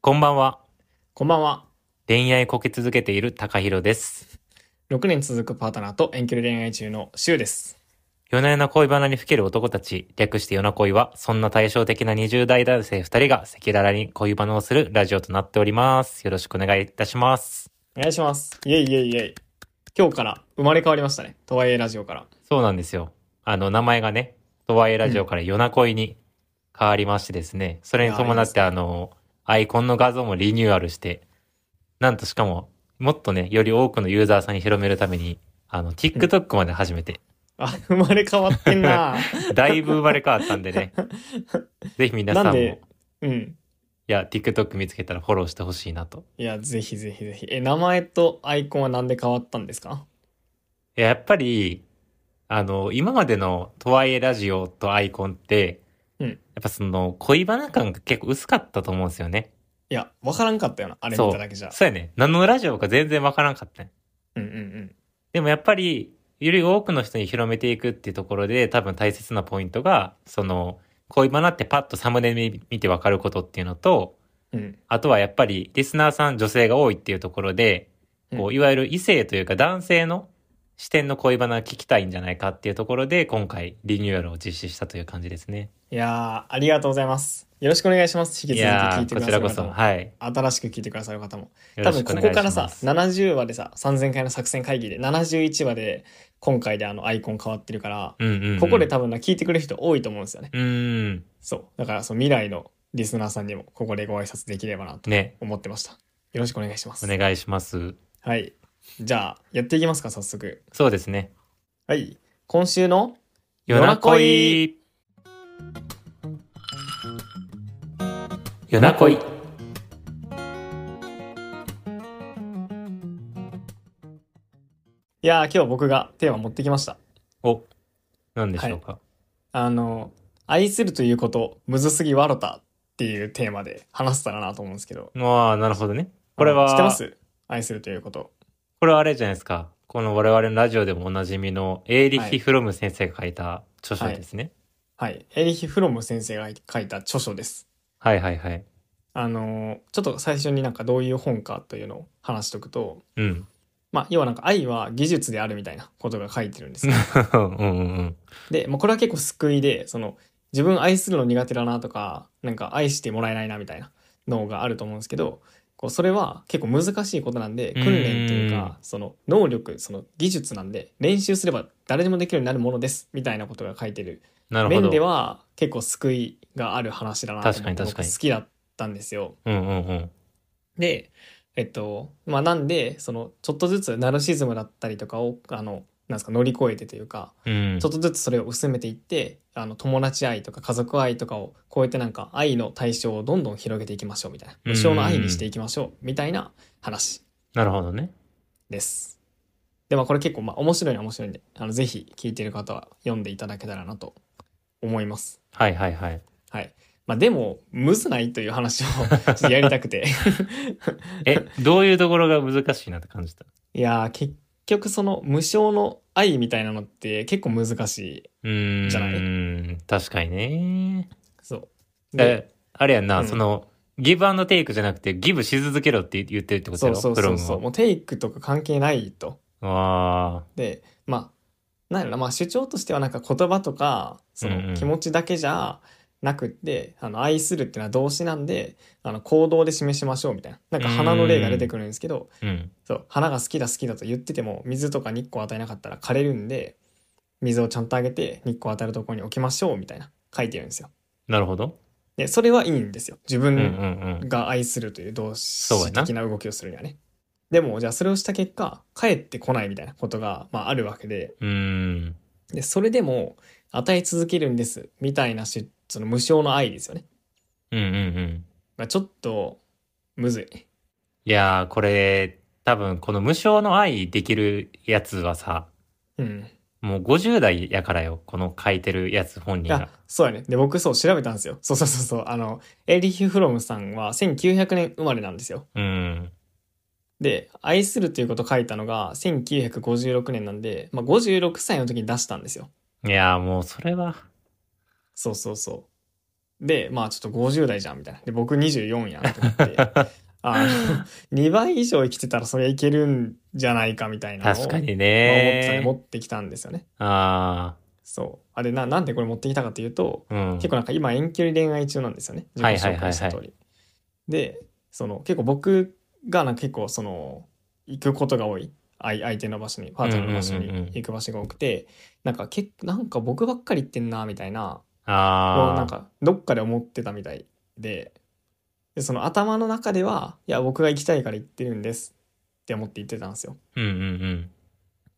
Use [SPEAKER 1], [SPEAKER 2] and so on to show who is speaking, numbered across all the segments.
[SPEAKER 1] こんばんは。
[SPEAKER 2] こんばんは。
[SPEAKER 1] 恋愛こけ続けている高弘です。
[SPEAKER 2] 6年続くパートナーと遠距離恋愛中のシュウです。
[SPEAKER 1] 夜な夜な恋バナにふける男たち、略して夜な恋は、そんな対照的な20代男性2人が赤裸々に恋バナをするラジオとなっております。よろしくお願いいたします。
[SPEAKER 2] お願いします。イェイイェイイェイ。今日から生まれ変わりましたね。とはいえラジオから。
[SPEAKER 1] そうなんですよ。あの、名前がね、とはいえラジオから夜な恋に変わりましてですね、それに伴って、あの、アイコンの画像もリニューアルして、なんとしかも、もっとね、より多くのユーザーさんに広めるために、あの、TikTok まで始めて、
[SPEAKER 2] あ、生まれ変わってん な
[SPEAKER 1] だいぶ生まれ変わったんで ね。ぜひ皆さん
[SPEAKER 2] なん
[SPEAKER 1] も、
[SPEAKER 2] で
[SPEAKER 1] い
[SPEAKER 2] うん。
[SPEAKER 1] や、TikTok 見つけたらフォローしてほしいなと。
[SPEAKER 2] いや、ぜひぜひぜひ。え、名前とアイコンはなんで変わったんですか
[SPEAKER 1] いややっぱり、あの、今までのとはいえラジオとアイコンって、
[SPEAKER 2] うん
[SPEAKER 1] やっぱその恋バナ感が結構薄かったと思うんですよね。
[SPEAKER 2] いや、わからんかったよな。あれ見ただけじゃ。
[SPEAKER 1] そうやね。何のラジオか全然わからんかったね。
[SPEAKER 2] うんうんうん。
[SPEAKER 1] でもやっぱり、より多くの人に広めていくっていうところで多分大切なポイントが、その、恋バナってパッとサムネ見見てわかることっていうのと、
[SPEAKER 2] うん。
[SPEAKER 1] あとはやっぱりリスナーさん女性が多いっていうところで、こ
[SPEAKER 2] う
[SPEAKER 1] うんいわゆる異性というか男性の視点の恋バナ聞きたいんじゃないかっていうところで今回リニューアルを実施したという感じですね。
[SPEAKER 2] いやー、ありがとうございます。よろしくお願いします。引き
[SPEAKER 1] い
[SPEAKER 2] 続き聞
[SPEAKER 1] や
[SPEAKER 2] い
[SPEAKER 1] ー
[SPEAKER 2] て
[SPEAKER 1] こ
[SPEAKER 2] くだ
[SPEAKER 1] ち
[SPEAKER 2] さ
[SPEAKER 1] ら
[SPEAKER 2] る
[SPEAKER 1] こそ
[SPEAKER 2] 方も。
[SPEAKER 1] はい。
[SPEAKER 2] 新しく聞いてくださる方も。
[SPEAKER 1] よ
[SPEAKER 2] 多
[SPEAKER 1] ろし
[SPEAKER 2] 分
[SPEAKER 1] くお
[SPEAKER 2] こ
[SPEAKER 1] 願いし
[SPEAKER 2] こ
[SPEAKER 1] ます。
[SPEAKER 2] からさ70話でさ3000回の作戦会議で71話で今回であのアイコン変わってるから、
[SPEAKER 1] うんうんうん
[SPEAKER 2] ここで多分な聞いてくれる人多いと思うんですよね
[SPEAKER 1] うーん
[SPEAKER 2] そうだからそう未来のリスナーさんにもここでご挨拶できればなと
[SPEAKER 1] ね
[SPEAKER 2] 思ってましたよろしくお願いします
[SPEAKER 1] お願いします。
[SPEAKER 2] はいじゃあやっていきますか早速
[SPEAKER 1] そうですね。
[SPEAKER 2] はい今週の
[SPEAKER 1] 夜な恋夜な恋
[SPEAKER 2] いやー今日僕がテーマ持ってきました
[SPEAKER 1] お何でしょうか、
[SPEAKER 2] あの愛するということむずすぎわろたっていうテーマで話せたらなと思うんですけど
[SPEAKER 1] ああなるほどね。これは
[SPEAKER 2] 知ってます愛するということ
[SPEAKER 1] これはあれじゃないですか。この我々のラジオでもおなじみのエーリヒ・フロム先生が書いた著書ですね。
[SPEAKER 2] はい。エリヒ・フロム先生が書いた著書です。
[SPEAKER 1] はい、はい、はいはい。
[SPEAKER 2] あのーちょっと最初になんかどういう本かというのを話しておくと、
[SPEAKER 1] うん。
[SPEAKER 2] まあ、要はなんか愛は技術であるみたいなことが書いてるん ですよ。
[SPEAKER 1] うんうんうん。
[SPEAKER 2] で、まあ、これは結構救いで、その、自分愛するの苦手だなとか、なんか愛してもらえないなみたいなのがあると思うんですけど、こう、それは結構難しいことなんで、訓練というか、その、能力、その技術なんで、練習すれば誰でもできるようになるものです、みたいなことが書いてる
[SPEAKER 1] なるほ
[SPEAKER 2] 面
[SPEAKER 1] ど。
[SPEAKER 2] では結構救いがある話だなと思って
[SPEAKER 1] 確かに確かに
[SPEAKER 2] 僕好きだったんですよ。
[SPEAKER 1] うんうんうん。
[SPEAKER 2] でえっとまあなんでそのちょっとずつナルシズムだったりとかをあのなんですか乗り越えてというか
[SPEAKER 1] うん。
[SPEAKER 2] ちょっとずつそれを薄めていってあの友達愛とか家族愛とかを超えてなんか愛の対象をどんどん広げていきましょうみたいな
[SPEAKER 1] うん
[SPEAKER 2] 無償の愛にしていきましょうみたいな話
[SPEAKER 1] なるほどね。
[SPEAKER 2] です。でまあこれ結構まあ面白いのは面白いんであのぜひ聞いてる方は読んでいただけたらなと思います。
[SPEAKER 1] はいはいはい。
[SPEAKER 2] はい。まあでも、むずないという話を ちょっとやりた くて。
[SPEAKER 1] え、どういうところが難しいなって感じた
[SPEAKER 2] いやー、結局その無償の愛みたいなのって結構難しい。
[SPEAKER 1] うーん。
[SPEAKER 2] じゃない
[SPEAKER 1] 確かにね。
[SPEAKER 2] そう。で、
[SPEAKER 1] え、あれやんな、
[SPEAKER 2] うん
[SPEAKER 1] その、ギブアンドテイクじゃなくてギブし続けろって言ってるってこと
[SPEAKER 2] そ
[SPEAKER 1] や
[SPEAKER 2] う
[SPEAKER 1] ろ
[SPEAKER 2] そう
[SPEAKER 1] フロ
[SPEAKER 2] そ
[SPEAKER 1] ム
[SPEAKER 2] う
[SPEAKER 1] は
[SPEAKER 2] そう。もうテイクとか関係ないと。
[SPEAKER 1] あ
[SPEAKER 2] で、まあ、なんやろな、まあ主張としてはなんか言葉とか、そ
[SPEAKER 1] うんう
[SPEAKER 2] の
[SPEAKER 1] ん
[SPEAKER 2] 気持ちだけじゃなくって、あの、愛するっていうのは動詞なんで、あの、行動で示しましょうみたいな。なんか花の例が出てくるんですけど、
[SPEAKER 1] ーうん。
[SPEAKER 2] そう花が好きだ好きだと言ってても水とか日光与えなかったら枯れるんで水をちゃんとあげて日光当たるところに置きましょうみたいな書いてるんですよ。
[SPEAKER 1] なるほど。
[SPEAKER 2] でそれはいいんですよ自
[SPEAKER 1] うんうん
[SPEAKER 2] 分
[SPEAKER 1] うん。
[SPEAKER 2] が愛するという動
[SPEAKER 1] そうや
[SPEAKER 2] 詞
[SPEAKER 1] な
[SPEAKER 2] 的な動きをするにはね。でもじゃあそれをした結果帰ってこないみたいなことが、まあ、あるわけで
[SPEAKER 1] うーん。
[SPEAKER 2] でそれでも与え続けるんですみたいなしその無償の愛ですよね。
[SPEAKER 1] うんうんうん。
[SPEAKER 2] まあ、ちょっとむずい。
[SPEAKER 1] いやー、これ、多分、この無償の愛できるやつはさ、
[SPEAKER 2] うん、
[SPEAKER 1] もう50代やからよ、この書いてるやつ本人
[SPEAKER 2] あ
[SPEAKER 1] が。
[SPEAKER 2] そうやねで僕そう調べたんですよそうそうそうそうあのエーリヒ・フロムさんは1900年生まれなんですよ
[SPEAKER 1] うん。
[SPEAKER 2] で「愛する」ということを書いたのが1956年なんで、まあ、56歳の時に出したんですよ
[SPEAKER 1] いやー、もうそれは、
[SPEAKER 2] そうそうそうで、まあちょっと50代じゃんみたいな。で、僕24やんと 思って、あの、2倍以上生きてたらそれいけるんじゃないかみたいなのを
[SPEAKER 1] 確かに
[SPEAKER 2] まあ思ってたんで
[SPEAKER 1] ね。
[SPEAKER 2] 持ってきたんですよね。
[SPEAKER 1] あ
[SPEAKER 2] そう。あれな、なんでこれ持ってきたかというと、
[SPEAKER 1] あ、うん。
[SPEAKER 2] 結構なんか今遠距離恋愛中なんですよね。自
[SPEAKER 1] はい
[SPEAKER 2] 己
[SPEAKER 1] はいは
[SPEAKER 2] 紹
[SPEAKER 1] いはい
[SPEAKER 2] 介した通り。で、その結構僕がなんか結構その行くことが多い。相相手の場所に、パートナーの場所
[SPEAKER 1] うんうんうんう
[SPEAKER 2] に
[SPEAKER 1] ん
[SPEAKER 2] 行く場所が多くて、なんかけなんか僕ばっかり行ってんな、みたいな、
[SPEAKER 1] ああ。
[SPEAKER 2] なんかどっかで思ってたみたいで、でその頭の中では、いや、僕が行きたいから行ってるんですって思って行ってたんですよ。
[SPEAKER 1] うんうんうん。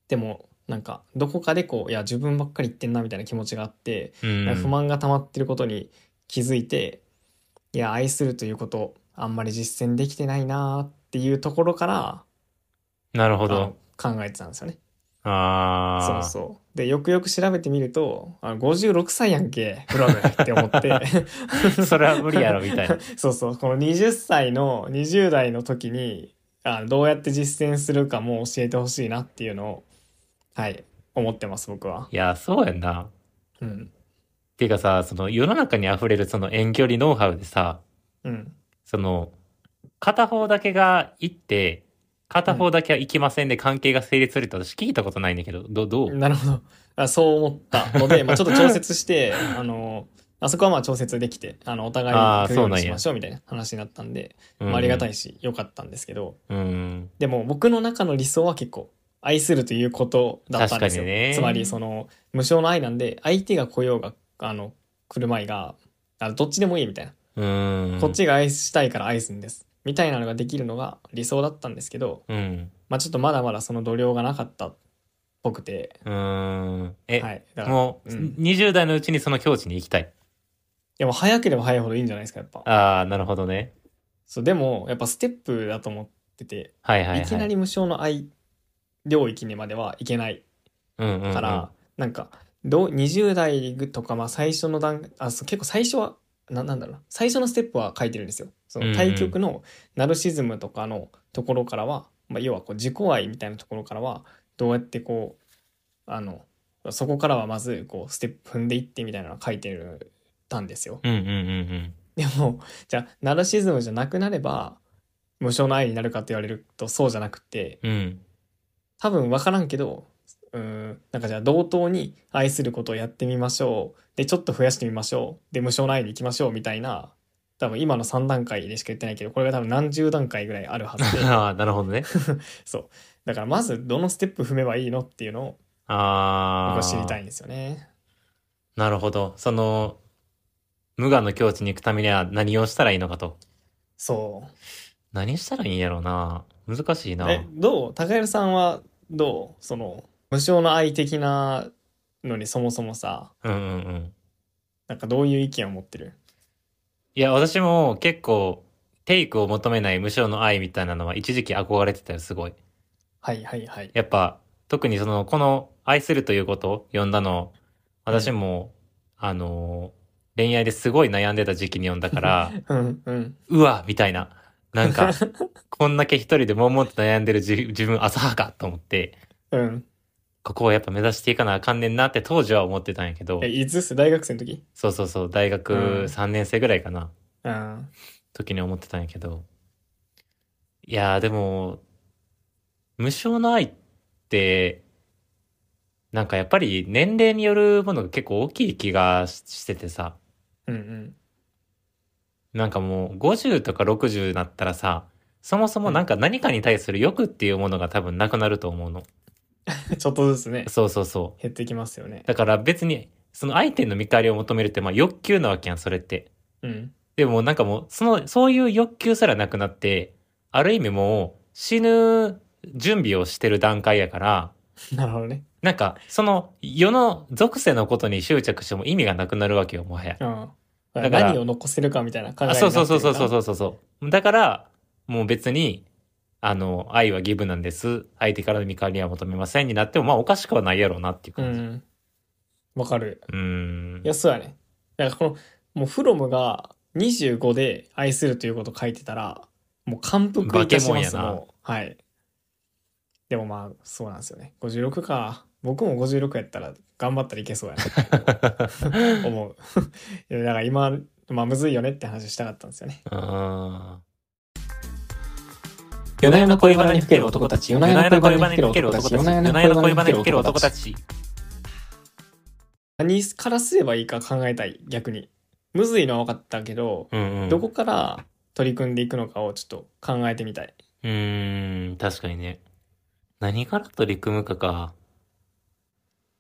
[SPEAKER 2] でもなんかどこかでこういや自分ばっかり言ってんなみたいな気持ちがあって、
[SPEAKER 1] うん、
[SPEAKER 2] 不満が溜まってることに気づいていや愛するということあんまり実践できてないなーっていうところから
[SPEAKER 1] なるほ
[SPEAKER 2] あ
[SPEAKER 1] ど。
[SPEAKER 2] の考えてたんですよね。
[SPEAKER 1] あ
[SPEAKER 2] そ
[SPEAKER 1] あ。
[SPEAKER 2] うそうでよくよく調べてみるとあの56歳やんけブラブ ラって思って
[SPEAKER 1] それは無理やろみたいな。
[SPEAKER 2] そうそうこの20歳の20代の時にあのどうやって実践するかも教えてほしいなっていうのをはい思ってます僕は。
[SPEAKER 1] いや、そうやんな。っ
[SPEAKER 2] うん
[SPEAKER 1] ていうかさ、その世の中に溢れるその遠距離ノウハウでさ、
[SPEAKER 2] うん
[SPEAKER 1] その、片方だけが行って、片方だけは行きませんで関係が成立するって私聞いたことないんだけど、どどう
[SPEAKER 2] なるほど。あそう思ったので、まあ、ちょっと調節 して、あの、あそこはまあ調節できて、あの、お互い
[SPEAKER 1] あー
[SPEAKER 2] に行くよう
[SPEAKER 1] そうなん
[SPEAKER 2] に
[SPEAKER 1] や
[SPEAKER 2] しましょうみたいな話になったんで、
[SPEAKER 1] うん
[SPEAKER 2] まあ、ありがたいし、良かったんですけど、
[SPEAKER 1] うん。
[SPEAKER 2] でも僕の中の理想は結構、愛するということだったんですよ。
[SPEAKER 1] 確かにね
[SPEAKER 2] つまり、その、無償の愛なんで、相手が来ようが、あの、来るまいが、あのどっちでもいいみたいな。
[SPEAKER 1] うん。
[SPEAKER 2] こっ。ちが愛したいから愛すんです。みたいなのができるのが理想だったんですけど、
[SPEAKER 1] うん。
[SPEAKER 2] まあ、ちょっとまだまだその度量がなかったっぽくて、
[SPEAKER 1] うん。え、
[SPEAKER 2] はい。だから
[SPEAKER 1] もう、
[SPEAKER 2] うん
[SPEAKER 1] 20代のうちにその境地に行きたい。
[SPEAKER 2] いやもう早ければ早いほどいいんじゃないですか、やっぱ。
[SPEAKER 1] ああ、なるほどね。
[SPEAKER 2] そう、でも、やっぱステップだと思ってて、
[SPEAKER 1] はいはいはい。
[SPEAKER 2] いきなり無償の愛領域にまではいけない
[SPEAKER 1] うんうんうん、
[SPEAKER 2] から、なんか、どう20代とか、まあ最初の段、あ、そう結構最初は、ななんだろうな、最初のステップは書いてるんですよ。そ
[SPEAKER 1] うんう
[SPEAKER 2] の
[SPEAKER 1] ん
[SPEAKER 2] 対局のナルシズムとかのところからは、まあ要はこう自己愛みたいなところからは、どうやってこう、あの、そこからはまず、こう、ステップ踏んでいってみたいなのは書いてるたんですよ。
[SPEAKER 1] うんうんうんうん。
[SPEAKER 2] でもじゃあナルシズムじゃなくなれば無償の愛になるかって言われるとそうじゃなくて
[SPEAKER 1] うん。
[SPEAKER 2] 多分分からんけどうーんなんかじゃあ同等に愛することをやってみましょうでちょっと増やしてみましょうで無償の愛に行きましょうみたいな多分今の3段階でしか言ってないけどこれが多分何十段階ぐらいあるはず で
[SPEAKER 1] ああ、なるほどね。
[SPEAKER 2] そうだからまずどのステップ踏めばいいのっていうのを
[SPEAKER 1] ああ。
[SPEAKER 2] 僕は知りたいんですよね。
[SPEAKER 1] なるほど。その、無我の境地に行くためには何をしたらいいのかと。
[SPEAKER 2] そう
[SPEAKER 1] 何したらいいんやろうな。難しいな。
[SPEAKER 2] えどう高弘さんはどうその無償の愛的なのにそもそもさ
[SPEAKER 1] うんうんうん。
[SPEAKER 2] なんかどういう意見を持ってる
[SPEAKER 1] いや、私も結構、テイクを求めない無償の愛みたいなのは一時期憧れてたよ、すごい。
[SPEAKER 2] はいはいはい
[SPEAKER 1] やっぱ、特にその、この、愛するということを読んだの、私も、あのー、恋愛ですごい悩んでた時期に読んだから、
[SPEAKER 2] うんうん
[SPEAKER 1] うわみたいな。なんか、こんだけ一人で悶々と悩んでる自自分浅はかと思って、
[SPEAKER 2] うん
[SPEAKER 1] ここをやっぱ目指していかなあかんねんなって当時は思ってたんやけど
[SPEAKER 2] え、いつっす大学生の時
[SPEAKER 1] そうそうそう、大学
[SPEAKER 2] うん
[SPEAKER 1] 3年生ぐらいかな、
[SPEAKER 2] うん
[SPEAKER 1] 時に思ってたんやけど。いやーでも、無償の愛って、なんかやっぱり年齢によるものが結構大きい気がししててさ、
[SPEAKER 2] うんうん
[SPEAKER 1] なんかもう50とか60になったらさ、そもそもなんか何かに対する欲っていうものが多分なくなると思うの。
[SPEAKER 2] ちょっとずつね
[SPEAKER 1] そうそうそう。
[SPEAKER 2] 減ってきますよね
[SPEAKER 1] だから別に、その相手の見返りを求めるって、まあ欲求なわけやん、それって。
[SPEAKER 2] うん
[SPEAKER 1] でもなんかもう、その、そういう欲求すらなくなって、ある意味もう死ぬ準備をしてる段階やから、
[SPEAKER 2] なるほどね
[SPEAKER 1] なんか、その世の属性のことに執着しても意味がなくなるわけよ、もはや。
[SPEAKER 2] うん
[SPEAKER 1] だから
[SPEAKER 2] 何を残せるかみたいな考えに
[SPEAKER 1] あ
[SPEAKER 2] なって
[SPEAKER 1] そ
[SPEAKER 2] る
[SPEAKER 1] うそうそうそうそう
[SPEAKER 2] う
[SPEAKER 1] そうそう。だから、もう別に、あの、愛はギブなんです。相手からの見返りは求めませんになっても、まあおかしくはないやろうなっていう
[SPEAKER 2] う
[SPEAKER 1] 感じ。
[SPEAKER 2] んわかる
[SPEAKER 1] うーん。
[SPEAKER 2] いやそうやねだからこのもうフロムが25で愛するということ書いてたらもう感服いたします
[SPEAKER 1] 化け物やな
[SPEAKER 2] もうはいでもまあそうなんですよね56か僕も56やったら頑張ったらいけそうやな 思ういやだから今まあむずいよねって話をしたかったんですよね。
[SPEAKER 1] あ
[SPEAKER 2] 夜な夜な恋バナにふける男たち、夜
[SPEAKER 1] ー。
[SPEAKER 2] な夜な恋バナにふける男たち、
[SPEAKER 1] 夜な夜な恋バナにふける男た。ち。
[SPEAKER 2] 何からすればいいか考えたい、逆に。むずいのは分かったけど、
[SPEAKER 1] うんうん。
[SPEAKER 2] どこから取り組んでいくのかをちょっと考えてみたい。
[SPEAKER 1] うーん、確かにね。何から取り組むかか。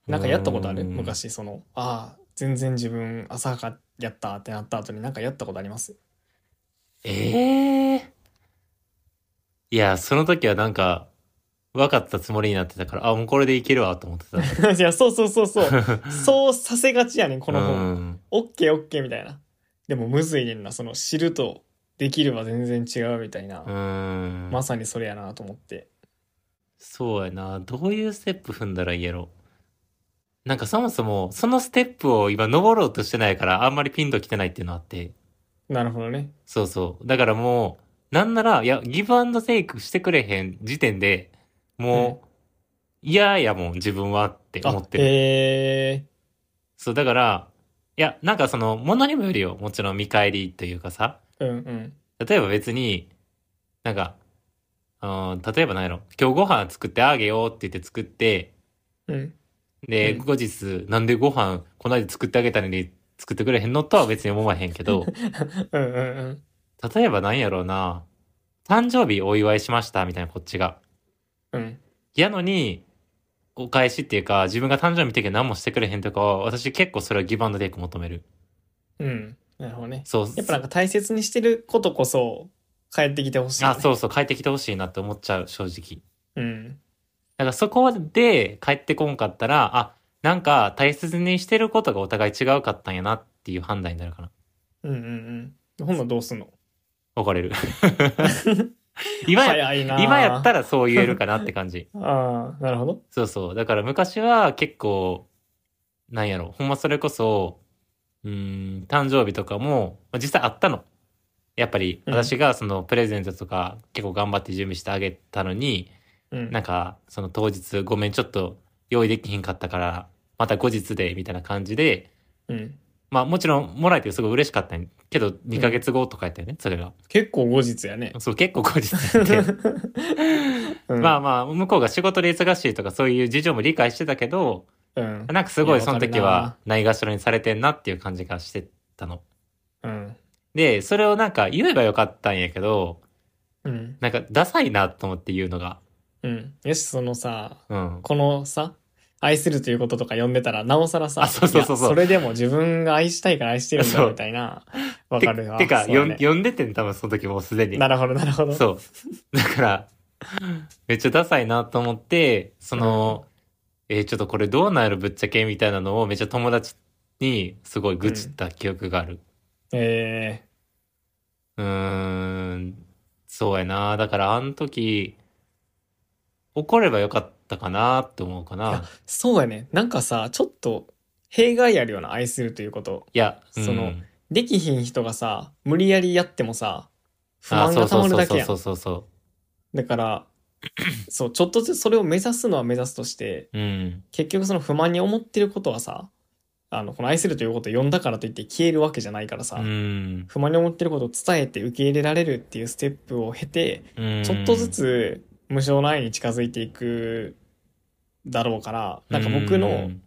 [SPEAKER 2] なんかやったことある
[SPEAKER 1] うーん。
[SPEAKER 2] 昔、その、ああ、全然自分浅はかやったってなった後になんかやったことあります
[SPEAKER 1] ええいや、その時はなんか、分かったつもりになってたから、あ、もうこれでいけるわと思ってた。
[SPEAKER 2] いや、そうそうそ うそう。そうさせがちやねん、この
[SPEAKER 1] う
[SPEAKER 2] 本。
[SPEAKER 1] ん。
[SPEAKER 2] オッケーオッケーみたいな。でもむずいねんな、その知るとできるは全然違うみたいな。
[SPEAKER 1] うん。
[SPEAKER 2] まさにそれやなと思って。
[SPEAKER 1] そうやな。どういうステップ踏んだらいいやろ。なんかそもそも、そのステップを今登ろうとしてないから、あんまりピンと来てないっていうのあって。
[SPEAKER 2] なるほどね。
[SPEAKER 1] そうそう。だからもう、なんなら、いや、ギブアンドテイクしてくれへん時点で、もう、嫌やもん、自分はって思ってる。
[SPEAKER 2] へえ
[SPEAKER 1] そう、だから、いや、なんかその、ものにもよるよ。もちろん見返りというかさ。
[SPEAKER 2] ー。うんうん。
[SPEAKER 1] 例えば別に、なんか、うん、例えば何やろ。今日ご飯作ってあげようって言って作って、
[SPEAKER 2] うん。
[SPEAKER 1] で、
[SPEAKER 2] うん
[SPEAKER 1] 後日、なんでご飯、この間作ってあげたのに作ってくれへんのとは別に思わへんけ ど、
[SPEAKER 2] うんうんうん。
[SPEAKER 1] 例えば何やろうな。誕生日お祝いしました、みたいなこっちが。
[SPEAKER 2] うん。
[SPEAKER 1] やのに、お返しっていうか、自分が誕生日の時は何もしてくれへんとかは、私結構それはギブアンドテイク求める。
[SPEAKER 2] うん。なるほどね。
[SPEAKER 1] そう。
[SPEAKER 2] やっぱなんか大切にしてることこそ帰ってきてほしい、ね。
[SPEAKER 1] あ、そうそう、帰ってきてほしいなって思っちゃう、正直。
[SPEAKER 2] う。うん。
[SPEAKER 1] だからそこで帰ってこんかったら、あ、なんか大切にしてることがお互い違うかったんやなっていう判断になるかな。
[SPEAKER 2] うんうんうん。ほんのどうすんの
[SPEAKER 1] 怒 れる。今や、
[SPEAKER 2] 早いな
[SPEAKER 1] 今やった
[SPEAKER 2] ら。
[SPEAKER 1] らそう言えるかなって感じ。
[SPEAKER 2] ああ、なるほど。
[SPEAKER 1] そうそう。だから昔は結構、なんやろ、ほんまそれこそ、うーん、誕生日とかも、まあ実際あったの。やっぱり
[SPEAKER 2] うん
[SPEAKER 1] 私がそのプレゼントとか結構頑張って準備してあげたのに、
[SPEAKER 2] うん。
[SPEAKER 1] なんか、その当日、ごめん、ちょっと用意できひんかったから、また後日で、みたいな感じで、
[SPEAKER 2] うん、
[SPEAKER 1] まあもちろんもらえてすごい嬉しかったんやけど、2ヶ月後とかやったよね、それが。
[SPEAKER 2] 結構後日やね。
[SPEAKER 1] そう、結構後日やって。
[SPEAKER 2] うん、
[SPEAKER 1] まあまあ、向こうが仕事で忙しいとかそういう事情も理解してたけど、
[SPEAKER 2] うん。
[SPEAKER 1] なんかすごいその
[SPEAKER 2] い
[SPEAKER 1] 時
[SPEAKER 2] やわ
[SPEAKER 1] はないがしろにされてんなっていう感じがしてたの。
[SPEAKER 2] うん。
[SPEAKER 1] で、それをなんか言えばよかったんやけど、
[SPEAKER 2] うん。
[SPEAKER 1] なんかダサいなと思って言うのが。
[SPEAKER 2] うん。よし、そのさ、
[SPEAKER 1] うん。
[SPEAKER 2] このさ、愛するということとか読んでたら、なおさらさ、
[SPEAKER 1] あそうそうそうそう
[SPEAKER 2] いやれでも自分が愛したいから愛してるんだ
[SPEAKER 1] そう
[SPEAKER 2] みたいな、わかる
[SPEAKER 1] て
[SPEAKER 2] わ
[SPEAKER 1] てか、
[SPEAKER 2] そうだ
[SPEAKER 1] よん
[SPEAKER 2] ね
[SPEAKER 1] 呼んでてん多分その時もうすでに。
[SPEAKER 2] なるほど、なるほど。
[SPEAKER 1] そう。 だから、めっちゃダサいなと思って、その、えーちょっとこれどうなるぶっちゃけみたいなのをめっちゃ友達にすごい愚痴った記憶がある。
[SPEAKER 2] え
[SPEAKER 1] うーん、そうやな。だからあの時、怒ればよかったかなって思うか
[SPEAKER 2] い
[SPEAKER 1] な
[SPEAKER 2] や。そうやね。なんかさ、ちょっと、弊害あるような愛するということ。
[SPEAKER 1] いや、
[SPEAKER 2] その
[SPEAKER 1] うん
[SPEAKER 2] できひん人がさ、無理やりやってもさ、不
[SPEAKER 1] あ
[SPEAKER 2] 満
[SPEAKER 1] そ
[SPEAKER 2] が
[SPEAKER 1] う
[SPEAKER 2] た
[SPEAKER 1] そ
[SPEAKER 2] ま
[SPEAKER 1] う
[SPEAKER 2] る
[SPEAKER 1] そう
[SPEAKER 2] だ
[SPEAKER 1] そ
[SPEAKER 2] け
[SPEAKER 1] う
[SPEAKER 2] やん
[SPEAKER 1] そ。うそうそ
[SPEAKER 2] だ から、そう、ちょっとずつそれを目指すのは目指すとして、
[SPEAKER 1] う。うん。
[SPEAKER 2] 結局その不満に思ってることはさ、あの、この愛するということを読んだからといって消えるわけじゃないからさ、
[SPEAKER 1] うん。
[SPEAKER 2] 不満に思ってることを伝えて受け入れられるっていうステップを経て、
[SPEAKER 1] うん
[SPEAKER 2] ちょっとず、つ無償の愛に近づいていくだろうから、なんか僕
[SPEAKER 1] う
[SPEAKER 2] の、
[SPEAKER 1] ん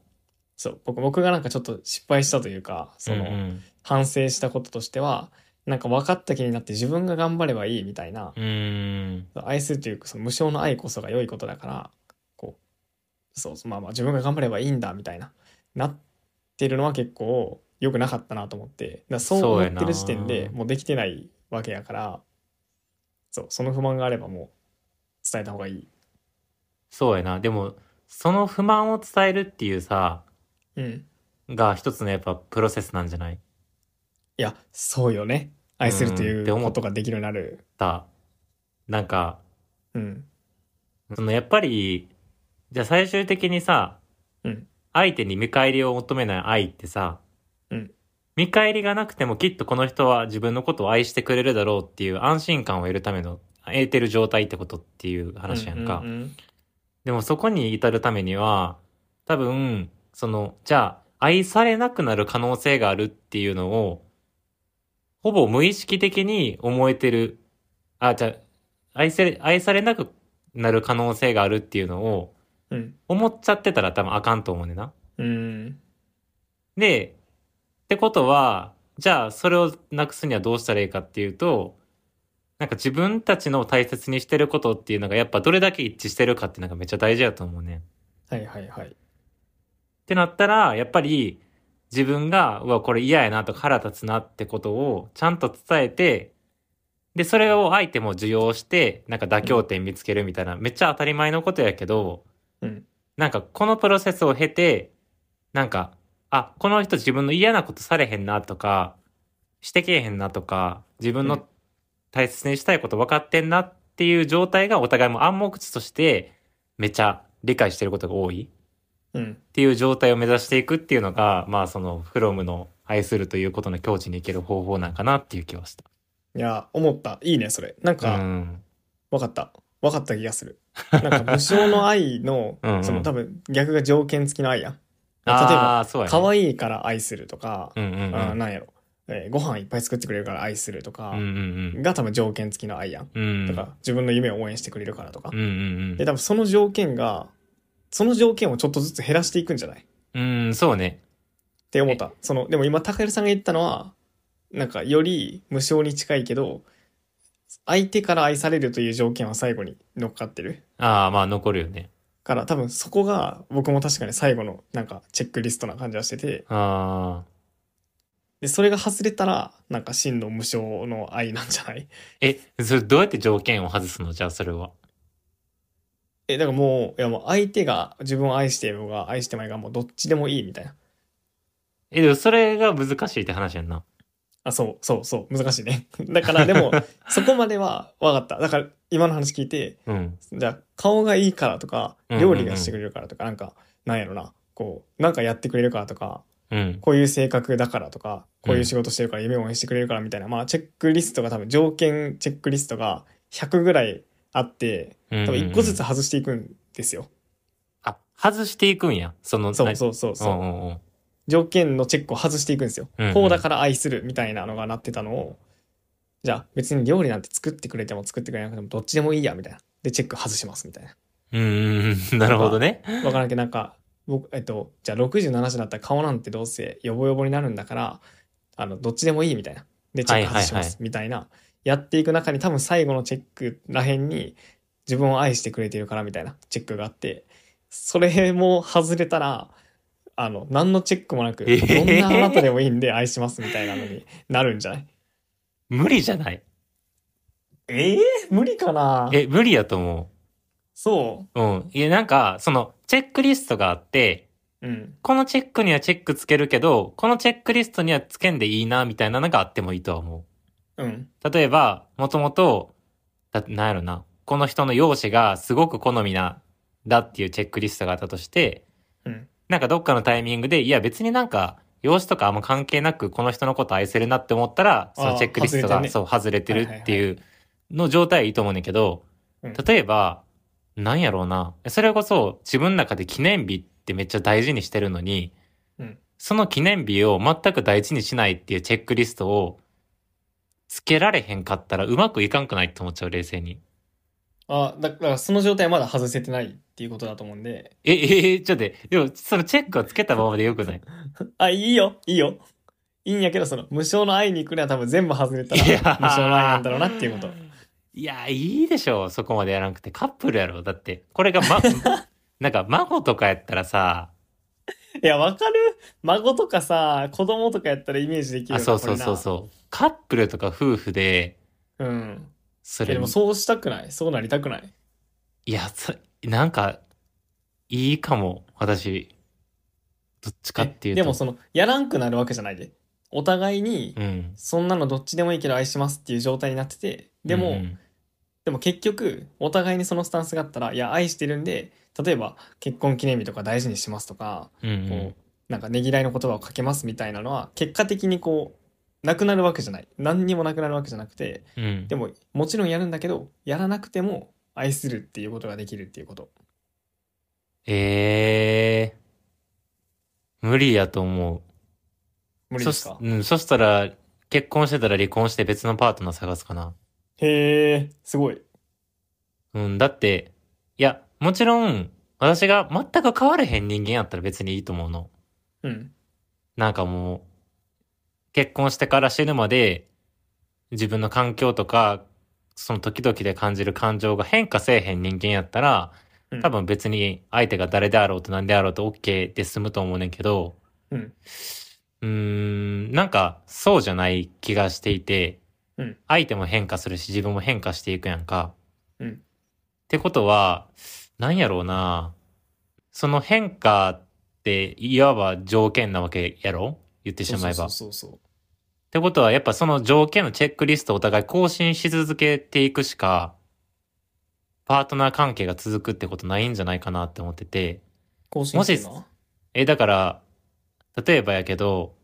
[SPEAKER 2] そう、僕僕がなんかちょっと失敗したというか、その、
[SPEAKER 1] うん
[SPEAKER 2] 反省したこととしては、なんか分かった気になって自分が頑張ればいいみたいな、
[SPEAKER 1] うん。うん
[SPEAKER 2] 愛するというかその無償の愛こそが良いことだからこうそうまあまあ自分が頑張ればいいんだみたいななってるのは結構良くなかったなと思ってだからそう
[SPEAKER 1] そう
[SPEAKER 2] 思
[SPEAKER 1] や
[SPEAKER 2] っ
[SPEAKER 1] な
[SPEAKER 2] てる時点でもうできてないわけやからそうその不満があればもう伝えた方がいい。
[SPEAKER 1] そうやな。でも、その不満を伝えるっていうさ、
[SPEAKER 2] うん、
[SPEAKER 1] が一つのやっぱプロセスなんじゃない
[SPEAKER 2] いやそうよね愛すると
[SPEAKER 1] うんっ
[SPEAKER 2] い
[SPEAKER 1] て
[SPEAKER 2] う
[SPEAKER 1] 思っ
[SPEAKER 2] ことができるようになる。
[SPEAKER 1] だ。なんか、
[SPEAKER 2] うん
[SPEAKER 1] そのやっぱり、じゃあ最終的にさ、
[SPEAKER 2] うん
[SPEAKER 1] 相手に見返りを求めない愛ってさ、
[SPEAKER 2] うん
[SPEAKER 1] 見返りがなくてもきっとこの人は自分のことを愛してくれるだろうっていう安心感を得るための、得てる状態ってことっていう話やんか。
[SPEAKER 2] ううん
[SPEAKER 1] でもそこに至るためには、多分、その、じゃあ、愛されなくなる可能性があるっていうのを、ほぼ無意識的に思えてる、あ、じゃあ愛され、愛されなくなる可能性があるっていうのを、
[SPEAKER 2] うん。
[SPEAKER 1] 思っちゃってたら多分あかんと思うねんな。
[SPEAKER 2] うん。
[SPEAKER 1] で、ってことは、じゃあそれをなくすにはどうしたらいいかっていうと、なんか自分たちの大切にしてることっていうのがやっぱどれだけ一致してるかっていうのがめっちゃ大事だと思うねん。っ
[SPEAKER 2] はいはいはい。
[SPEAKER 1] てなったら、やっぱり自分が、うわ、これ嫌やなとか腹立つなってことをちゃんと伝えて、で、それを相手も受容して、なんか妥協点見つけるみたいな、めっちゃ当たり前のことやけど、
[SPEAKER 2] うん。
[SPEAKER 1] なんかこのプロセスを経て、なんか、あ、この人自分の嫌なことされへんなとか、してけえへんなとか、自分
[SPEAKER 2] うん
[SPEAKER 1] の大切にしたいこと分かってんなっていう状態がお互いも暗黙知として、めちゃ理解してることが多い
[SPEAKER 2] うん。
[SPEAKER 1] っていう状態を目指していくっていうのが、まあその、フロムの愛するということの境地に行ける方法なんかなっていう気はした。
[SPEAKER 2] いや、思った。いいね、それ。なん
[SPEAKER 1] う
[SPEAKER 2] か、
[SPEAKER 1] ん。
[SPEAKER 2] わかった。わかった気がする。なんか無償の愛の
[SPEAKER 1] うんう、ん
[SPEAKER 2] その多分逆が条件付きの愛やん。
[SPEAKER 1] ああ、そうやね。
[SPEAKER 2] 可愛いから愛するとか、
[SPEAKER 1] うんうんうん。
[SPEAKER 2] あーなんやろ、えーご飯いっぱい作ってくれるから愛するとか
[SPEAKER 1] うんうん
[SPEAKER 2] が多分条件付きの愛やん。
[SPEAKER 1] うん。うん。
[SPEAKER 2] とか、自分の夢を応援してくれるからとか
[SPEAKER 1] うん。うん
[SPEAKER 2] で、多分その条件が、その条件をちょっとずつ減らしていくんじゃないっ
[SPEAKER 1] うん。うん、そうね。
[SPEAKER 2] て思った。その、でも今、高橋さんが言ったのは、なんかより無償に近いけど、相手から愛されるという条件は最後に乗っかってる。
[SPEAKER 1] ああ、まあ残るよね。
[SPEAKER 2] から多分そこが僕も確かに最後のなんかチェックリストな感じはしてて
[SPEAKER 1] ああ。
[SPEAKER 2] でそれが外れたらなんか真の無償の愛なんじゃない
[SPEAKER 1] え、それどうやって条件を外すのじゃあそれは。
[SPEAKER 2] えだからもういやもう相手が自分を愛しているが愛してないがもうどっちでもいいみたいな
[SPEAKER 1] え、でもそれが難しいって話やんな。
[SPEAKER 2] あそうそうそう難しいね だからでもそこまでは分かっただから今の話聞いて
[SPEAKER 1] うん。
[SPEAKER 2] じゃあ顔がいいからとか
[SPEAKER 1] うんうんう
[SPEAKER 2] 料
[SPEAKER 1] ん
[SPEAKER 2] 理がしてくれるからとかなんかなんやろなこうなんかやってくれるからとか
[SPEAKER 1] うん。
[SPEAKER 2] こういう性格だからとか、こういう
[SPEAKER 1] うん
[SPEAKER 2] 仕事してるから夢を応援してくれるからみたいな、まあチェックリストが多分条件チェックリストが100ぐらいあって、
[SPEAKER 1] 多
[SPEAKER 2] 多分1個ずつ。外していくんですよ。
[SPEAKER 1] あ、外していくんや。その、
[SPEAKER 2] そう
[SPEAKER 1] な
[SPEAKER 2] そうそうそうう。
[SPEAKER 1] んうんうん。
[SPEAKER 2] 条件のチェックを外していくんですよ
[SPEAKER 1] うんう。ん
[SPEAKER 2] こうだから愛するみたいなのがなってたのを、じゃあ別に料理なんて作ってくれても作ってくれなくてもどっちでもいいやみたいな。で、チェック外しますみたいな。
[SPEAKER 1] うんうんうん。なるほどね。
[SPEAKER 2] わからんけどなんか僕えっとじゃあ67時だったら顔なんてどうせヨボヨボになるんだからあのどっちでもいいみたいなでチェック外し
[SPEAKER 1] はいは
[SPEAKER 2] ま
[SPEAKER 1] いはい
[SPEAKER 2] すみたいな、やっていく中に多分最後のチェックらへんに自分を愛してくれてるからみたいなチェックがあってそれも外れたらあの何のチェックもなく、
[SPEAKER 1] えー
[SPEAKER 2] どんなあなたでもいいんで愛しますみたいなのになるんじゃない
[SPEAKER 1] 無理じゃない。
[SPEAKER 2] ええ無理かな
[SPEAKER 1] え、無理やと思。
[SPEAKER 2] そう
[SPEAKER 1] うん。いや、なんか、その、チェックリストがあって、
[SPEAKER 2] ううん
[SPEAKER 1] このチェックにはチェックつけるけど、このチェックリストにはつけんでいいな、みたいなのがあってもいいとは思う。
[SPEAKER 2] うん
[SPEAKER 1] 例えば、もともと、だなんやろな、この人の容姿がすごく好みな、だっていうチェックリストがあったとして、
[SPEAKER 2] うん
[SPEAKER 1] なんかどっかのタイミングで、いや別になんか、容姿とかあんま関係なく、この人のこと愛せるなって思ったら、そのチェックリスト
[SPEAKER 2] あー外れて
[SPEAKER 1] が、
[SPEAKER 2] ね
[SPEAKER 1] そう、外れてるって
[SPEAKER 2] はい
[SPEAKER 1] いうの状態はいいと思うねんだけど、
[SPEAKER 2] うん
[SPEAKER 1] 例えば、なんやろうな、それこそ自分の中で記念日ってめっちゃ大事にしてるのに、
[SPEAKER 2] うん
[SPEAKER 1] その記念日を全く大事にしないっていうチェックリストをつけられへんかったらうまくいかんくないって思っちゃう、冷静に。
[SPEAKER 2] あだだからその状態はまだ外せてないっていうことだと思うんで
[SPEAKER 1] え、え、え、ちょっと待って、でもそのチェックはつけたままでよくない
[SPEAKER 2] あ、 いいよ、いいよ。いいんやけど、その、無償の愛に行くには多分全部外れたら、
[SPEAKER 1] い
[SPEAKER 2] 無
[SPEAKER 1] やー
[SPEAKER 2] 償の愛なんだろうなっていうこと。
[SPEAKER 1] いや、いいでしょ、そこまでやらなくて。カップルやろ、だって。これが ま、なんか孫とかやったらさ、
[SPEAKER 2] いや、わかる孫とかさ、子供とかやったらイメージできるよ
[SPEAKER 1] あ、
[SPEAKER 2] な
[SPEAKER 1] そうそうそう
[SPEAKER 2] こ
[SPEAKER 1] そう。カップルとか夫婦で、
[SPEAKER 2] れなうん。
[SPEAKER 1] そ
[SPEAKER 2] いや、
[SPEAKER 1] れ
[SPEAKER 2] でもそうしたくないそうなりたくない
[SPEAKER 1] いや、そなんか、いいかも、私。どっちかっていうと。
[SPEAKER 2] でもその、やらんくなるわけじゃないで。お互いに、
[SPEAKER 1] うん。
[SPEAKER 2] そんなのどっちでもいいけど愛しますっていう状態になってて、でも、
[SPEAKER 1] うん
[SPEAKER 2] でも結局、お互いにそのスタンスがあったら、いや、愛してるんで、例えば、結婚記念日とか大事にしますとか、
[SPEAKER 1] うんうん
[SPEAKER 2] こうなんかねぎらいの言葉をかけますみたいなのは結果的にこうなくなるわけじゃない何にもなくなるわけじゃなくて
[SPEAKER 1] うん
[SPEAKER 2] でももちろんやるんだけどやらなくても愛するっていうことができるっていうこと
[SPEAKER 1] ええ無理やと思う。
[SPEAKER 2] 無理ですか
[SPEAKER 1] そしうん、そしたら、結婚してたら離婚して別のパートナー探すかな。
[SPEAKER 2] へえ、すごい。
[SPEAKER 1] うん、だって、いや、もちろん、私が全く変われへん人間やったら別にいいと思うの。
[SPEAKER 2] うん。
[SPEAKER 1] なんかもう、結婚してから死ぬまで、自分の環境とか、その時々で感じる感情が変化せえへん人間やったら、
[SPEAKER 2] うん
[SPEAKER 1] 多分別に相手が誰であろうと何であろうと OK で済むと思うねんけど、
[SPEAKER 2] うん。
[SPEAKER 1] うーん、なんかそうじゃない気がしていて、
[SPEAKER 2] うん
[SPEAKER 1] 相手も変化するし自分も変化していくやんか。
[SPEAKER 2] うん
[SPEAKER 1] ってことは、なんやろうな、その変化っていわば条件なわけやろ言ってしまえば。
[SPEAKER 2] そうそうそう
[SPEAKER 1] ってことは、やっぱその条件のチェックリストをお互い更新し続けていくしか、パートナー関係が続くってことないんじゃないかなって思ってて。
[SPEAKER 2] 更新してるな。
[SPEAKER 1] え、だから、例えばやけど、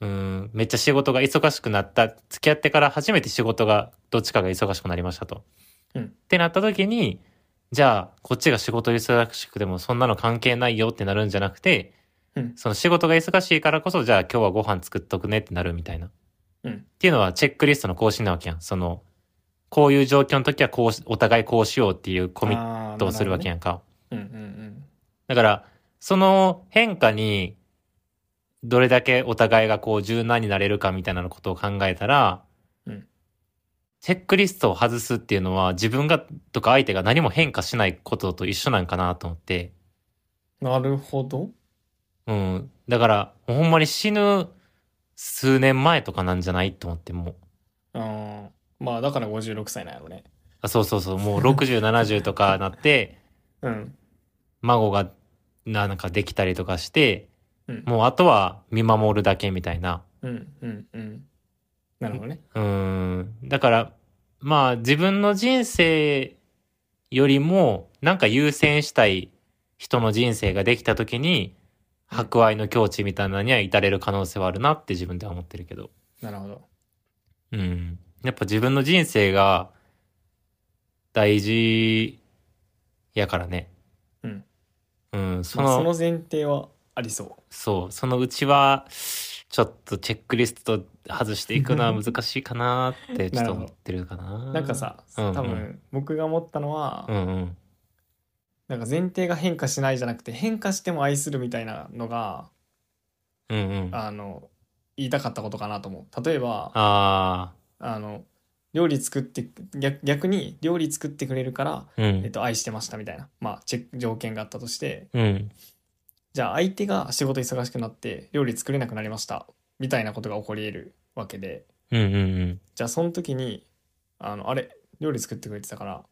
[SPEAKER 1] うーん、めっちゃ仕事が忙しくなった。付き合ってから初めて仕事が、どっちかが忙しくなりましたと。
[SPEAKER 2] うん
[SPEAKER 1] ってなった時に、じゃあ、こっちが仕事忙しくてもそんなの関係ないよってなるんじゃなくて、
[SPEAKER 2] うん
[SPEAKER 1] その仕事が忙しいからこそ、じゃあ今日はご飯作っとくねってなるみたいな。
[SPEAKER 2] うん
[SPEAKER 1] っていうのはチェックリストの更新なわけやん。その、こういう状況の時はこうし、お互いこうしようっていうコミッ
[SPEAKER 2] ッ
[SPEAKER 1] トをするわけ
[SPEAKER 2] や。
[SPEAKER 1] やんか。
[SPEAKER 2] うんうんうん。
[SPEAKER 1] だから、その変化に、どれだけお互いがこう柔軟になれるかみたいなことを考えたら、
[SPEAKER 2] うん
[SPEAKER 1] チェックリストを外すっていうのは自分がとか相手が何も変化しないことと一緒なんかなと思って、
[SPEAKER 2] なるほど。
[SPEAKER 1] うん。だから、ほんまに死ぬ数年前とかなんじゃないと思って、もう。
[SPEAKER 2] うん。まあだから56歳なんやろね。
[SPEAKER 1] あ、そうそうそう、 もう60、70とかなって、
[SPEAKER 2] うん。
[SPEAKER 1] 孫がななんかできたりとかして、
[SPEAKER 2] うん。
[SPEAKER 1] もうあとは見守るだけみたいな。
[SPEAKER 2] うんうんうん。なるほどね。
[SPEAKER 1] うーん。だから、まあ自分の人生よりも、なんか優先したい人の人生ができた時に、博愛の境地みたいなのには至れる可能性はあるなって自分では思ってるけど。
[SPEAKER 2] なるほど。
[SPEAKER 1] うん。やっぱ自分の人生が大事やからね。
[SPEAKER 2] うん。
[SPEAKER 1] うん、そ
[SPEAKER 2] まあそ
[SPEAKER 1] の、
[SPEAKER 2] の前提はありそう。
[SPEAKER 1] そう、そのうちは、ちょっとチェックリスト外していくのは難しいかなって、ちょっと思ってるかな。
[SPEAKER 2] なんか、さ、
[SPEAKER 1] うんうん
[SPEAKER 2] 多分僕が思ったのは、
[SPEAKER 1] うんうん。
[SPEAKER 2] なんか前提が変化しないじゃなくて変化しても愛するみたいなのが、
[SPEAKER 1] うんうん。あ
[SPEAKER 2] あの言いたかったことかなと思う。例えばあ
[SPEAKER 1] あ
[SPEAKER 2] の料理作って逆逆に料理作ってくれるから、
[SPEAKER 1] ー、う
[SPEAKER 2] えっ
[SPEAKER 1] ん。
[SPEAKER 2] と、愛してましたみたいな、まあ、チェック条件があったとして
[SPEAKER 1] うん。
[SPEAKER 2] じゃあ相手が仕事忙しくなって料理作れなくなりましたみたいなことが起こり得るわけで
[SPEAKER 1] うんうんうん。
[SPEAKER 2] じゃあその時にあのあれ料理作ってくれてたから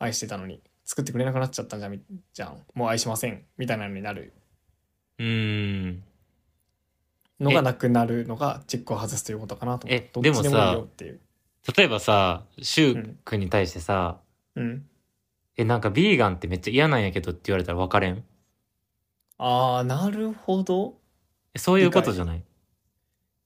[SPEAKER 2] 愛してたのに作ってくれなくなっちゃったんじゃみじゃんもう愛しませんみたいなのになる
[SPEAKER 1] うーん。
[SPEAKER 2] の
[SPEAKER 1] え
[SPEAKER 2] がなくなるのがチェックを外すということかなと思う
[SPEAKER 1] え
[SPEAKER 2] どっ
[SPEAKER 1] でも
[SPEAKER 2] ち
[SPEAKER 1] さ
[SPEAKER 2] でもいいよっていう。
[SPEAKER 1] 例えばさ、シュウ君に対してさ、
[SPEAKER 2] うん、
[SPEAKER 1] え、なんかビーガンってめっちゃ嫌なんやけどって言われたら分かれん
[SPEAKER 2] ああなるほど
[SPEAKER 1] えそういうことじゃない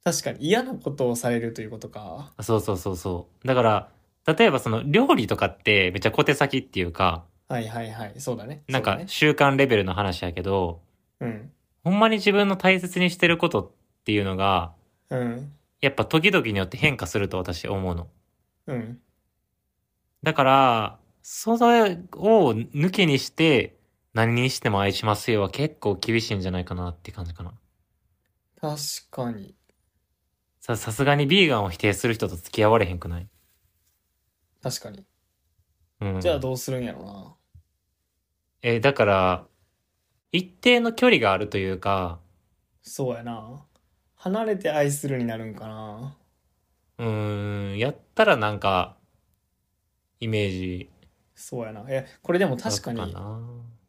[SPEAKER 2] 確かに嫌なことをされるということか。
[SPEAKER 1] あそうそうそうそう。だから、例えばその料理とかってめっちゃ小手先っていうか、
[SPEAKER 2] はいはいはいそうだね。
[SPEAKER 1] なん
[SPEAKER 2] そう
[SPEAKER 1] か
[SPEAKER 2] だね
[SPEAKER 1] 習慣レベルの話やけど、
[SPEAKER 2] うん
[SPEAKER 1] ほんまに自分の大切にしてることっていうのが、
[SPEAKER 2] うん
[SPEAKER 1] やっぱ時々によって変化すると私思うの。
[SPEAKER 2] うん
[SPEAKER 1] だから、それを抜きにして、何にしても愛しますよは結構厳しいんじゃないかなって感じかな。
[SPEAKER 2] 確かに
[SPEAKER 1] さ、さすがにビーガンを否定する人と付き合われへんくない
[SPEAKER 2] 確かに。
[SPEAKER 1] うん。
[SPEAKER 2] じゃあどうするんやろうな。
[SPEAKER 1] えーだから、一定の距離があるというか、
[SPEAKER 2] そうやな。離れて愛するになるんかな。
[SPEAKER 1] うーん、やったらなんか、イメージ
[SPEAKER 2] そうやな。え、これでも
[SPEAKER 1] だっ
[SPEAKER 2] 確
[SPEAKER 1] た
[SPEAKER 2] か
[SPEAKER 1] な。
[SPEAKER 2] に、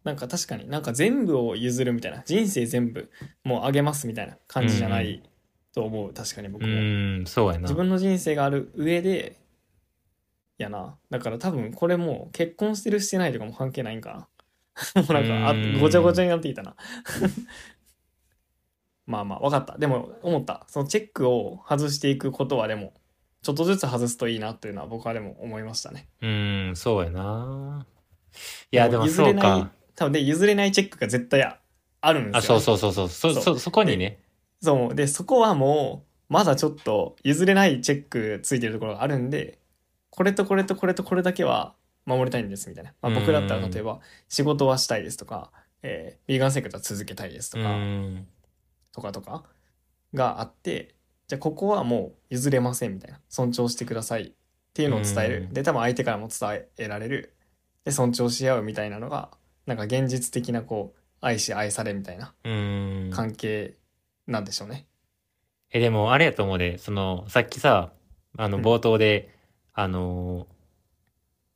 [SPEAKER 2] なんか確かに、なんか全部を譲るみたいな、人生全部、もうあげますみたいな感じじゃないと思う、確かに
[SPEAKER 1] う
[SPEAKER 2] 僕も。
[SPEAKER 1] ーん、そうやな。
[SPEAKER 2] 自分の人生がある上で、やな。だから多分これもう結婚してるしてないとかも関係ないんかな。 もうなんかあ
[SPEAKER 1] うーん
[SPEAKER 2] ごちゃごちゃになっていたな。 まあまあ、わかった。でも思った。そのチェックを外していくことはでも、ちょっとずつ外すといいなっていうのは僕はでも思いましたね。
[SPEAKER 1] うーん、そうやな。いや、でも
[SPEAKER 2] 譲
[SPEAKER 1] そ
[SPEAKER 2] れ
[SPEAKER 1] う
[SPEAKER 2] ない
[SPEAKER 1] か。
[SPEAKER 2] 多分で譲れないチェックが絶対あるんですよ、
[SPEAKER 1] あ、そうそうそうそう。そ、
[SPEAKER 2] そう
[SPEAKER 1] そ、そこにね。
[SPEAKER 2] そう。で、そこはもう、まだちょっと譲れないチェックついてるところがあるんでこれとこれとこれとこれだけは守りたいんですみたいな、まあ、僕だったら
[SPEAKER 1] うん
[SPEAKER 2] 例えば仕事はしたいですとか、えー、ビーガン生活は続けたいですと
[SPEAKER 1] う
[SPEAKER 2] か、
[SPEAKER 1] ん。
[SPEAKER 2] とかとかがあってじゃあここはもう譲れませんみたいな尊重してくださいっていうのを伝え
[SPEAKER 1] う
[SPEAKER 2] る、
[SPEAKER 1] ん
[SPEAKER 2] で多分相手からも伝えられるで尊重し合うみたいなのがなんか現実的なこう愛し愛されみたいな
[SPEAKER 1] うん。
[SPEAKER 2] 関係なんでしょうね。
[SPEAKER 1] え、でも、あれやと思うで、その、さっきさ、あの、
[SPEAKER 2] うん
[SPEAKER 1] 冒頭で、あの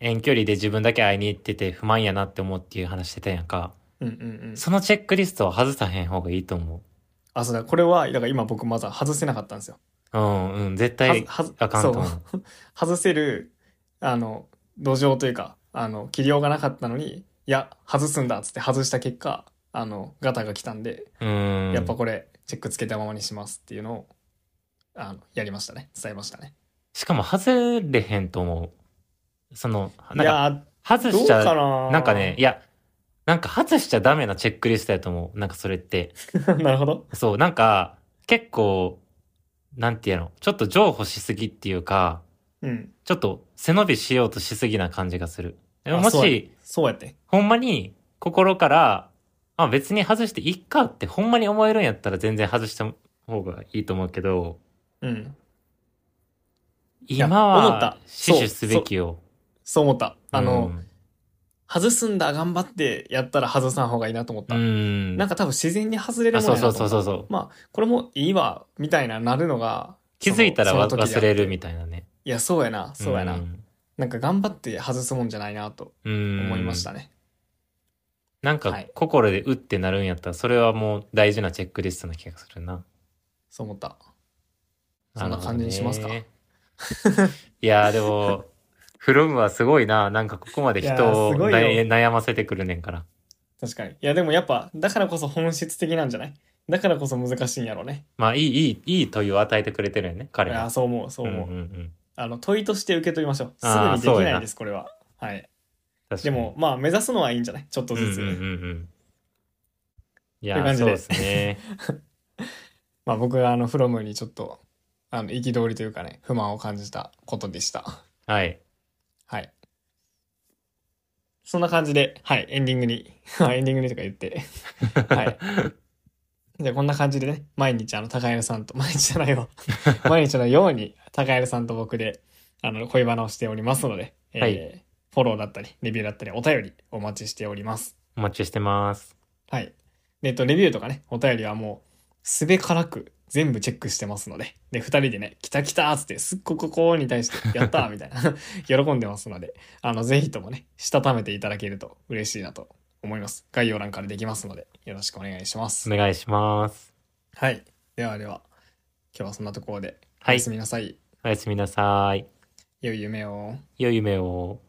[SPEAKER 1] ー遠距離で自分だけ会いに行ってて不満やなって思うっていう話してたやんか。
[SPEAKER 2] うんうんうん、
[SPEAKER 1] そのチェックリストは外さへん方がいいと思
[SPEAKER 2] あそうだこれはだから今僕まだ外せなかったんですよ。
[SPEAKER 1] う。うん、うん、絶
[SPEAKER 2] は
[SPEAKER 1] 対
[SPEAKER 2] ずはず
[SPEAKER 1] あかんと思。
[SPEAKER 2] そう 外せるあの土壌というかあの器量がなかったのにいや外すんだっつって外した結果あのガタが来たんで
[SPEAKER 1] うん。
[SPEAKER 2] やっぱこれチェックつけたままにしますっていうのをあのやりましたね伝えましたね
[SPEAKER 1] しかも外れへんと思う。その、な
[SPEAKER 2] い
[SPEAKER 1] んか、
[SPEAKER 2] や
[SPEAKER 1] 外
[SPEAKER 2] ーど
[SPEAKER 1] し
[SPEAKER 2] う
[SPEAKER 1] ちゃ
[SPEAKER 2] かな
[SPEAKER 1] なんかね、いや、なんか外しちゃダメなチェックリストやと思う。なんかそれって。
[SPEAKER 2] なるほど
[SPEAKER 1] そう、なんか、結構、なんていうの、ちょっと譲歩しすぎっていうか、
[SPEAKER 2] うん
[SPEAKER 1] ちょっと背伸びしようとしすぎな感じがする。でも
[SPEAKER 2] あ
[SPEAKER 1] も
[SPEAKER 2] そうや
[SPEAKER 1] し、
[SPEAKER 2] そうやって
[SPEAKER 1] ほんまに心から、あ、別に外していっかってほんまに思えるんやったら全然外した方がいいと思うけど、
[SPEAKER 2] うんや
[SPEAKER 1] 今
[SPEAKER 2] 思った
[SPEAKER 1] は死
[SPEAKER 2] そう
[SPEAKER 1] 守すべきよ。
[SPEAKER 2] そう思ったあの、
[SPEAKER 1] うん、
[SPEAKER 2] 外すんだ頑張ってやったら外さん方がいいなと思った、
[SPEAKER 1] うん。
[SPEAKER 2] なんか多分自然に外れる
[SPEAKER 1] あ
[SPEAKER 2] もん
[SPEAKER 1] そ
[SPEAKER 2] や
[SPEAKER 1] う
[SPEAKER 2] なと
[SPEAKER 1] そ
[SPEAKER 2] 思
[SPEAKER 1] う
[SPEAKER 2] った
[SPEAKER 1] そうそうそう。
[SPEAKER 2] まあこれもいいわみたいななるのが
[SPEAKER 1] 気づいたら
[SPEAKER 2] その
[SPEAKER 1] わ
[SPEAKER 2] その時で
[SPEAKER 1] 忘れるみたいなね。
[SPEAKER 2] いやそうやなそうやな、
[SPEAKER 1] ん
[SPEAKER 2] なんか頑張って外すもんじゃないなと
[SPEAKER 1] うん
[SPEAKER 2] 思いましたね、
[SPEAKER 1] なんか
[SPEAKER 2] はい
[SPEAKER 1] 心でうってなるんやったらそれはもう大事なチェックリストな気がするな。
[SPEAKER 2] そう思ったそんな感じにしますか
[SPEAKER 1] なるほ どねいやーでもフロムはすごいななんかここまで
[SPEAKER 2] いや
[SPEAKER 1] 人
[SPEAKER 2] ー
[SPEAKER 1] を
[SPEAKER 2] すごいよ
[SPEAKER 1] 悩悩ませてくるねんから。
[SPEAKER 2] 確かにいやでもやっぱだからこそ本質的なんじゃないだからこそ難しいんやろうね
[SPEAKER 1] まあいいいいいい問いを与えてくれてるよね彼
[SPEAKER 2] いや
[SPEAKER 1] は。
[SPEAKER 2] そう思うそう思う、
[SPEAKER 1] んうんうん
[SPEAKER 2] あの問いとして受け取りましょうすぐ
[SPEAKER 1] あー
[SPEAKER 2] にできないですこれははい
[SPEAKER 1] 確か
[SPEAKER 2] で
[SPEAKER 1] に
[SPEAKER 2] もまあ目指すのはいいんじゃないちょっと
[SPEAKER 1] うんうん
[SPEAKER 2] ずつ、
[SPEAKER 1] うんうん。い
[SPEAKER 2] って
[SPEAKER 1] やー
[SPEAKER 2] 感
[SPEAKER 1] そ
[SPEAKER 2] じ
[SPEAKER 1] う
[SPEAKER 2] で
[SPEAKER 1] ですね。
[SPEAKER 2] まあ僕があのフロムにちょっとあの憤りというかね不満を感じたことでした
[SPEAKER 1] はい。
[SPEAKER 2] はいそんな感じではいエンディングに エンディングにとか言って はい。じゃあこんな感じでね、毎日あの、高エさんと、毎日じゃな いわ。毎日のように、高エさんと僕で、あの、恋バナをしておりますので、えー
[SPEAKER 1] はい
[SPEAKER 2] フォローだったり、レビューだったり、お便りお待ちしております。
[SPEAKER 1] お待ちしてます。
[SPEAKER 2] はい。で、えっと、レビューとかね、お便りはもう、すべからく全部チェックしてますので、で、二人でね、来た来たーっつって、すっごくこうに対して、やったーみたいな、 喜んでますので、あの、ぜひともね、したためていただけると嬉しいなと思います。概要欄からできますので、よろしくお願いします
[SPEAKER 1] お。願いします。
[SPEAKER 2] はい。ではでは、今日はそんなところで、
[SPEAKER 1] は
[SPEAKER 2] お
[SPEAKER 1] い
[SPEAKER 2] やす。みなさい。
[SPEAKER 1] おやすみなさい。
[SPEAKER 2] 良い夢を。
[SPEAKER 1] 良い夢を。